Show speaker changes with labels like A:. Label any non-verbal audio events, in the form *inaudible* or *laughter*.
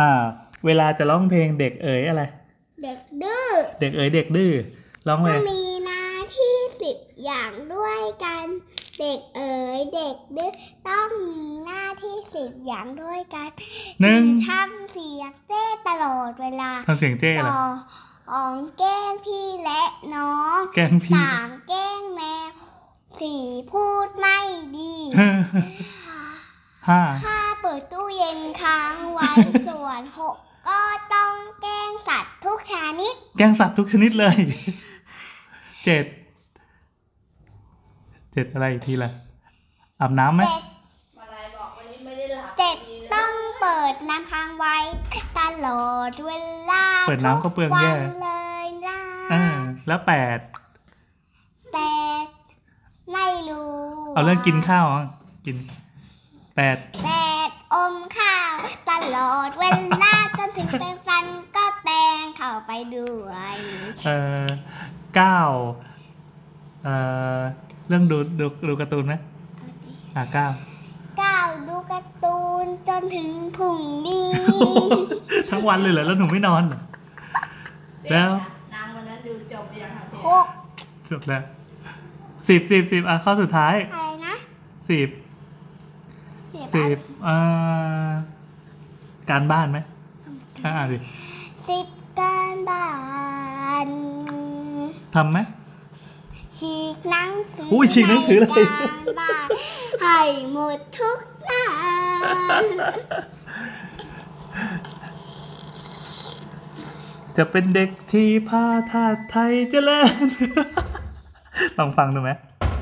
A: อ่า เวลาจะร้องเพลงเด็กเอ๋ยอะไร
B: เด็กดื้อ
A: เด็กเอ๋ยเด็กดื้อร้องเล
B: ก็
A: ย
B: มีหน้าที่สิบอย่างด้วยกัน เด็กเอ๋ยเด็กดื้อต้องมีหน้าที่สิบอย่างด้วยกัน
A: หนึ่ง
B: ทำเสียงเต้ตลอดเวลา
A: ทำเสียงเจ๊
B: ส
A: เลย
B: ององแกล้งพี่และน้อง
A: แกล้งพี่
B: สามแกล้งแมวสี่พูดไม่ดี
A: *laughs* ห้า
B: ถ้าเปิดตู้เย็นค้างไว้ ส่วนหกก็ต้องแกล้งสัตว์ทุกชนิด
A: แกล้งสัตว์ทุกชนิดเลย
B: *laughs*
A: เจ็ดเจ็ดอะไรอีกทีละอาบน้ำไหม
B: เจ็ด
C: มาลายบอกวันนี้ไม่ได้หลับ
B: เจ็ด
C: ดีลย
B: ต้องเปิดน้ำค้างไว้ตลอดเวลา
A: เปิดน้ำก็เปลือง
B: ทุ
A: แย่
B: วันเลยนะ
A: อ่าแล้วแปด
B: แปดไม่รู้
A: เอาเรื่องกินข้าวอ่ะกินแปด
B: แปดอมข้าว ตลอดเวลา จนถึงแปรงฟันก็แปรงเข้าไปด้วย
A: เอ่อเก้าเอ่อเรื่องดูดูดูการ์ตูนไหมอ่าเก้า
B: *laughs* เก้าดูการ์ตูนจนถึงพรุ่งนี้
A: ทั้งวันเลยเหรอแล้วหนูไม่นอนเหรอ แล้ว
C: น้ำวันนั้นดูจบหรือยังคะ
B: หก
A: จบแล้วสิบสิบสิบอ่ะข้อสุดท้าย
B: อะไรนะ
A: สิบ
B: เดี๋ยว
A: สิ
B: แป๊บ
A: บอ่าการบ้านไหมอ่ะอ่านดิ
B: สิบการบ้าน
A: ทำไหม
B: ฉีกหนังสือ
A: อุ้ยฉีกหนังสือเลย
B: ในการบ้านให้หมดทุกหน้า
A: จะเป็นเด็กที่พาทาสไทยเจริญ *laughs* ลองฟังดูไหม